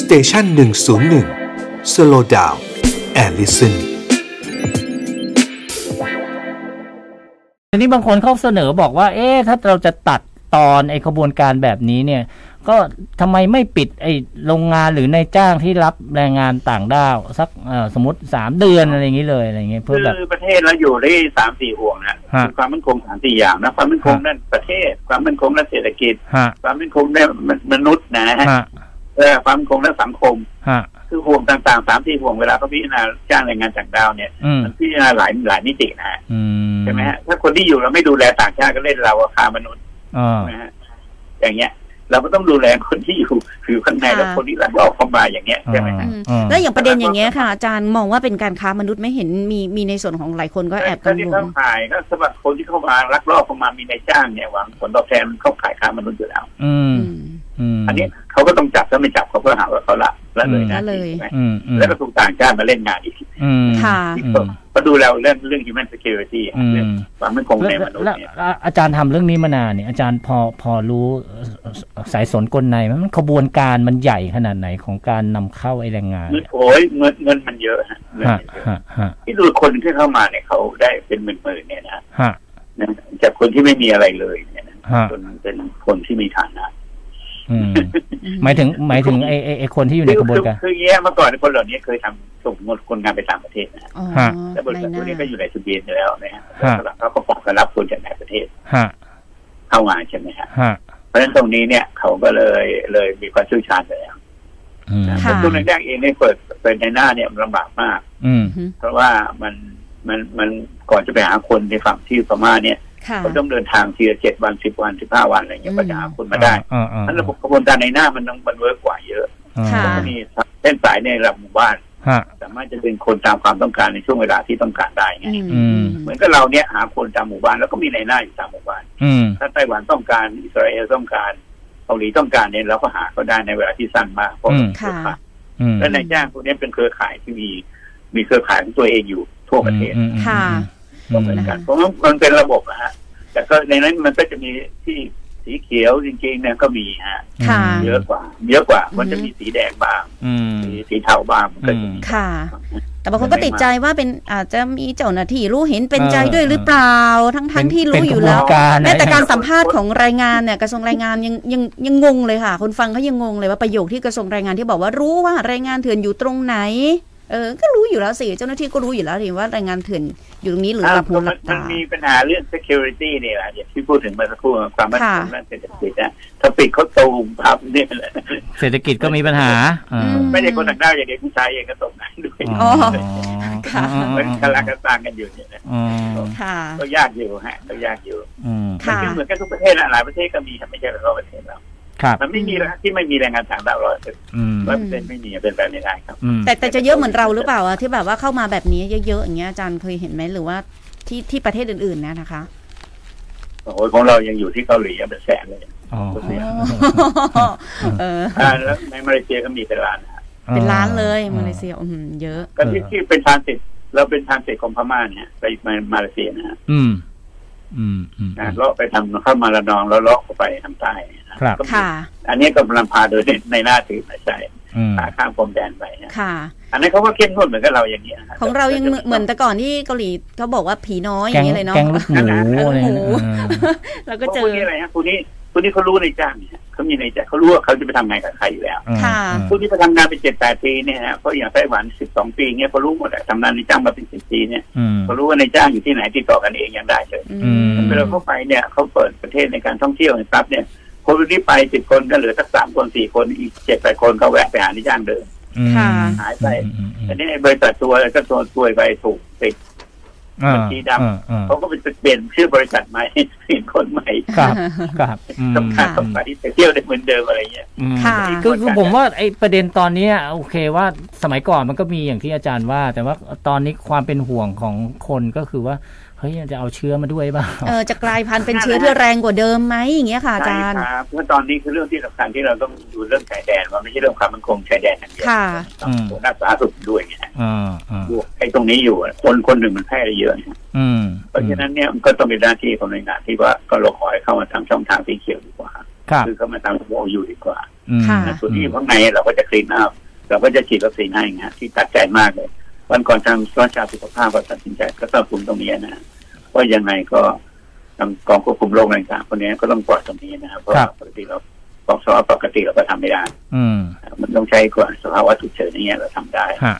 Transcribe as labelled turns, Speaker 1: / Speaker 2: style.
Speaker 1: สเตชันหนึ่งศูนย์หนึ่งสโลดาวแอลลิสัน
Speaker 2: ทีนี้บางคนเขาเสนอบอกว่า เอ๊ะถ้าเราจะตัดตอนไอ้ขบวนการแบบนี้เนี่ย ก็ทำไมไม่ปิดไอ้โรงงานหรือนายจ้างที่รับแรงงานต่างด้าวสักเอ่อสมมติสามเดือนอะไรอย่างนี้เลยอะไรอย่างเงี้ยเพื่
Speaker 3: คื
Speaker 2: อแบบ
Speaker 3: อประเทศเราอยู่ได้สามสี่ห่วงนะ
Speaker 2: ฮะ
Speaker 3: คือความมั่นคงสามสี่อย่างนะความมั่นคง
Speaker 2: ฮะ
Speaker 3: ด้านประเทศ ความมั่นคงด้านเศรษฐกิจ
Speaker 2: ฮะ
Speaker 3: ความมั่นคงด้านมนุษย์นะฮะ
Speaker 2: ฮะ
Speaker 3: เออความมั่นคงด้านสังคม
Speaker 2: ฮะ
Speaker 3: คือห่วงต่างๆสามสี่ห่วงเวลาเขาพิจารณาจ้างแรงงานต่างดาวเนี่ย
Speaker 2: อืม
Speaker 3: มันพิจารณาหลายหลายมิตินะฮะ
Speaker 2: อืม
Speaker 3: ใช่ไหมฮะถ้าคนที่อยู่เราไม่ดูแลต่างชาติก็เล่นเราว่าคามนุษย์
Speaker 2: อ่า
Speaker 3: ใช่ไหมฮะอย่างเงี้ย เราก็ต้องดูแลคนที่อยู่อยู่ข้างใน
Speaker 4: ค่ะ
Speaker 3: แล้วคนที่หลังออกเข้ามาอย่างเงี้ยใช่ไหมฮะ
Speaker 4: อืม
Speaker 2: อ่า
Speaker 4: แล้วอย่างประเด็นอย่างเงี้ยค่ะ อาจารย์มองว่าเป็นการค้ามนุษย์ไหม่เห็นมีมีในส่วนของหลายคนก็แอบกัง
Speaker 3: ที่
Speaker 4: วล
Speaker 3: เข้าข่ายก็สำหรับคนที่เข้ามาลักลอบเข้ามามีนายจ้างเนี่ยหวังผลตอบแทนมันเข้าข่ายค้ามนุษย์อยู่แล้ว
Speaker 2: อืม
Speaker 4: อืม
Speaker 2: อืม
Speaker 3: อันนี้เขาก็ต้องจับถ้าไม่จับเขาก็หาว่าเขาละละเลยนะ
Speaker 4: ละเลย
Speaker 3: ใช่ไหม
Speaker 2: อืมอืม
Speaker 3: แล้วก็ถูกต่างชาติมาเล่นงานอีก
Speaker 2: อืม
Speaker 4: ค่ะ
Speaker 2: อืม
Speaker 3: ก็ดูแล้วเรื่องเรื่อง human security
Speaker 2: อื
Speaker 3: เรื่อง
Speaker 2: ม
Speaker 3: ความมั่นคงในมนุษย์เนี่ย
Speaker 2: แล้วอาจารย์ทำเรื่องนี้มานานเนี่ยอาจารย์พอพอรู้เอ่อสายสนกลในไหมมันขบวนการมันใหญ่ขนาดไหนของการนำเข้าไอแรงงาน
Speaker 3: เงิน
Speaker 2: เนี่ย
Speaker 3: โอ้ยเงินเงินมันเยอะฮะเงิน
Speaker 2: ฮะ
Speaker 3: มันเยอะ
Speaker 2: ฮะฮะ
Speaker 3: ที่ดูคนที่เข้ามาเนี่ยเขาได้เป็นหมื่นๆเนี่ยนะ
Speaker 2: ฮะ
Speaker 3: นะจากคนที่ไม่มีอะไรเลยเนี่ยนะ
Speaker 2: ฮะ
Speaker 3: จนเป็นคนที่มีฐานะ
Speaker 2: อืมหมายถึงหมายถึงไอไอไอคนที่อยู่ในขบวนการ
Speaker 3: คือคือคือแย่เมื่อก่อนคนเหล่านี้เคยทำส่งคนงานไปต่างประเทศนะฮะ
Speaker 4: อ๋อ
Speaker 2: ฮะ
Speaker 3: แล้วบริ
Speaker 4: ใน
Speaker 3: ษัท
Speaker 4: ห
Speaker 3: พวก
Speaker 4: น้า
Speaker 3: นี้ก็อยู่ในทะเบียนอยู่แล้วนะฮะ
Speaker 2: ฮะ
Speaker 3: แล้วเขาก็ปอกกันรับคนจากต่างประเทศ
Speaker 2: ฮะ
Speaker 3: เข้ามาใช่ไหมฮะ
Speaker 2: ฮะ
Speaker 3: เพราะฉะนั้นตรงนี้เนี่ยเขาก็เลยเลยมีความเชี่ยวชาญไปแล้ว
Speaker 2: อืม
Speaker 3: นะ
Speaker 4: ะ
Speaker 3: ช่วงแรกๆเองเนี่ยเปิดเป็นในหน้าเนี่ยมันลำบากมาก
Speaker 2: อืม
Speaker 4: อืม
Speaker 3: เพราะว่ามันมันมันก่อนจะไปหาคนในฝั่งที่พม่าเนี่ย
Speaker 4: ค่ะ
Speaker 3: เขาต้องเดินทางทีละเจ็ดวันสิบวันสิบห้าวันอะไรเงี้ย
Speaker 4: อืม
Speaker 3: กว่าจะหาคนมาได้
Speaker 2: อ่าอ่า
Speaker 3: นั้นระบบกระบวนการในหน้ามันต้องมันเวิร์กกว่าเยอะ
Speaker 2: อ่า
Speaker 4: ค่ะ
Speaker 3: แล้วก็มีเส้นสายในระดับหมู่บ้าน
Speaker 2: ฮะ
Speaker 3: สามารถจะดึงคนตามความต้องการในช่วงเวลาที่ต้องการได้ไง
Speaker 4: อืม
Speaker 2: อื
Speaker 4: อื
Speaker 2: ม
Speaker 4: ม
Speaker 3: เหมือนกับเราเนี่ยหาคนตามหมู่บ้านแล้วก็มีในหน้าอยู่ตามหมู่บ้าน
Speaker 2: อืม
Speaker 3: ถ้าไต้หวันต้องการอิสราเอลต้องการเกาหลีต้องการเนี่ยเราก็หาเขาได้ในเวลาที่สั้นมากเพราะเป็นเครือข่าย
Speaker 2: อืม
Speaker 3: และนายจ้างพวกนี้เป็นเครือข่ายที่มีมีเครือข่ายของตัวเองอยู่ทั่วประเทศ
Speaker 2: อืมอืม
Speaker 4: ค่ะ
Speaker 2: อื
Speaker 3: ก็
Speaker 2: ม
Speaker 3: เหมือนกัน
Speaker 4: อืม
Speaker 3: เพราะว่ามันเป็นระบบนะฮะแต่ก็ในนั้นมันก็จะมีที่สีเขียวจริงๆเนี่ยก็มีฮะ
Speaker 4: ค่ะ
Speaker 3: เยอะกว่า เยอะกว่ามันจะมีสีแดงบ้าง
Speaker 2: อืม
Speaker 3: สีสีเทาบ้างมันก็จะมี
Speaker 4: ค่ะ แต่บางคนก็ติดใจว่าเป็นอาจจะมีเจ้าหน้าที่รู้เห็นเป็นใจด้วยหรือเปล่า ทั้งทั้งๆที่รู้อยู่แล้ว
Speaker 2: เป็นขบวนการ
Speaker 4: แม้แต่
Speaker 2: นะ
Speaker 4: การสัมภาษณ์ของแรงงานเนี่ยกระทรวงแรงงานยังยังยังงงเลยค่ะ คนฟังเขายังงงเลยว่าประโยคที่กระทรวงแรงงานที่บอกว่ารู้ว่าแรงงานเถื่อนอยู่ตรงไหน เออ ก็รู้อยู่แล้วสิเจ้าหน้าที่ก็รู้อยู่แล้วเห็นว่าแรงงานเถื่อนอยู่ตรงนี้หรือหลับหูหลับ
Speaker 3: มั
Speaker 4: ตา
Speaker 3: นมีปัญหาเรื่อง security เนี่ยแหละอย่างที่พูดถึงเมื่อสักครู่ความมั่นคง
Speaker 4: ค่ะ
Speaker 3: ด้านเศรษฐกิจนะถ้าปิดเขาตูมพับเนี่ยแหละ
Speaker 2: เศรษฐกิจก็มีปัญหาอ่า
Speaker 4: อืม
Speaker 3: ไม่ใช่คนต่างด้าวอย่างเดียวผู้ชายเองก็ตกงานด้วย
Speaker 4: อ๋อ ค่ะ
Speaker 3: มันกำลังกันต่างกันอยู่เนี่ยนะ
Speaker 2: อืม
Speaker 4: ค่ะ
Speaker 3: ก็ยากอยู่ฮะก็ยากอยู่
Speaker 2: อืม
Speaker 4: ค่ะ
Speaker 3: มันก็เหมือนกันทุกประเทศนะหลายประเทศก็มีฮะไม่ใช่เฉพาะประเทศเรา
Speaker 2: ครับ
Speaker 3: มันไม่มีแล้วที่ไม่มีแรงงานต่างด้าวร้อยเปอร์
Speaker 2: อืม
Speaker 3: เซ็นต์ไม่มีเป็นไปไม่ได้ครับ
Speaker 2: อืม
Speaker 4: แต่แต่จะเยอะเหมือนเราหรือเปล่าอะที่แบบว่าเข้ามาแบบนี้เยอะๆอย่างเงี้ยอาจารย์เคยเห็นไหมหรือว่าที่ที่ประเทศอื่นๆนะนะคะ
Speaker 3: โอ้ยของเรายังอยู่ที่เกาหลียังเป็นแสนเลย
Speaker 2: อ๋อ
Speaker 4: เออ
Speaker 3: อ่าแล้วในมาเลเซียก็มีเป็นล้านนะฮะ
Speaker 4: เป็นล้านเลยมาเลเซียอื้อหือเยอะ
Speaker 3: ก็ที่ที่เป็นทรานสิตเราเป็นทรานสิตของพม่าเนี่ยไปมามาเลเซียนะฮะ
Speaker 2: อืม อืมอืม
Speaker 3: นะเลาะไปทางเข้ามาระนองแล้วเลาะเข้าไปทางใต้นะครับ ก็มี
Speaker 4: ค่ะ
Speaker 3: อันนี้ก็กำลังพาโดยในหน้าถือมาใช่
Speaker 2: อืม
Speaker 3: ขาข้ามพรมแดนไปนะ
Speaker 4: ค่ะ
Speaker 3: อันนี้นเขาก็เข้มงวดเหมือนกับเราอย่างนี้ยนะ
Speaker 4: ของเรายังเหมือนเหมือน
Speaker 3: แต่
Speaker 4: แต่ก่อนที่เกาหลีเขาบอกว่าผีน้อยอ
Speaker 2: แก
Speaker 4: ย่าง งเงี้ยเลยเนาะ
Speaker 2: แกงลูกหมูอะไรเงี้ย
Speaker 4: แล้ว
Speaker 3: ก็
Speaker 4: ก็
Speaker 3: เจ
Speaker 4: เจ
Speaker 3: อ
Speaker 4: อ
Speaker 3: นี้อะไรฮะคนนี้คนนี้เขารู้ในจ้างเนี่ยเขามีในใจเขารู้ว่าเขาจะไปทำงานกับใครอยู่แล้วคนที่ไปทำงานไปเจ็ดแปดปีเนี่ยฮะเพราะอย่างไต้หวันสิบสองปีเนี่ยเขารู้หมดอะทำงานในจ้างมาเป็นสิบปีเนี่ย
Speaker 2: อืม
Speaker 3: เขารู้ว่าในจ้างอยู่ที่ไหนติดต่อกันเองยังได้เลย
Speaker 4: อื
Speaker 2: ม
Speaker 3: เวลาเข้าไปเนี่ยเขาเปิดประเทศในการท่องเที่ยวนะครับเนี่ยคนคนนี้ไปสิบคนก็เหลือสักสามคนสี่คนอีกเจ็ดแปดคนก็แวะไปหาในจ้างเดิม หายไปอันนี้ไอ้บริษัทตัวอะไรก็ตัวซวยไปถูกติดเขาก็ไปเปลี่ยนชื่อบริษัทใหม่ เปลี่ยนคนใหม่
Speaker 2: ครับครับ
Speaker 3: สำคัญสำคัญที่ไปเที่ยวได้เหมือนเดิมอะไรเงี้ย
Speaker 4: ค่ะ
Speaker 2: คือคือผมว่าไอ้ประเด็นตอนเนี้ยโอเคว่าสมัยก่อนมันก็มีอย่างที่อาจารย์ว่า แต่ว่าตอนนี้ความเป็นห่วงของคนก็คือว่าเฮ้ยจะเอาเชื้อมาด้วยบ้าง
Speaker 4: เออจะกลายพันธุ์เป็นเชื้อที่แรงกว่าเดิมไหมอย่างเงี้ยค่ะอาจารย์
Speaker 3: ใช่ครับเพราะตอนนี้คือเรื่องที่สำคัญที่เราต้องดูเรื่องชายแดนมันไม่ใช่เรื่องความมั่นคงชายแดนอย่างเดียว
Speaker 4: ค่ะ
Speaker 3: ต้องดูด้านสาธารณสุขด้วยไง
Speaker 2: อ่าอ่า
Speaker 3: บวกไอ้ตรงนี้อยู่อะคนคนหนึ่งมันแพร่ได้เยอะนะ
Speaker 2: อืม
Speaker 3: เพราะฉะนั้นเนี่ยมันก็ต้องเป็นหน้าที่ของหน่วยงานที่ว่าก็เราขอให้เข้ามาทำช่องทางที่เขียวดีกว่า
Speaker 2: ครับ
Speaker 3: คือเข้ามาทำโอยูดีกว่า
Speaker 2: อืม
Speaker 4: ค่ะ
Speaker 3: นะส่วนที่อยู่ข้างในเราก็จะคลีนอัพเราก็จะฉีดวัคซีนให้นะฮะที่ตัดใจมากเลย วันก่อนทางราชาสุขภาพก็ตัดสินใจก็ต้องคุมตรงนี้นะฮะว่ายังไงก็ทางกองควบคุมโรคอะไรต่างๆคนนี้ก็ต้องปล่อยตรงนี้นะครับเพราะว่าปกติเราบอกสอปกติเราก็ทำไม่ได้
Speaker 2: อืม
Speaker 3: นะมันต้องใช้กว่าสภาวะฉุกเฉินอย่างเงี้ยเราทำได้
Speaker 2: ฮะ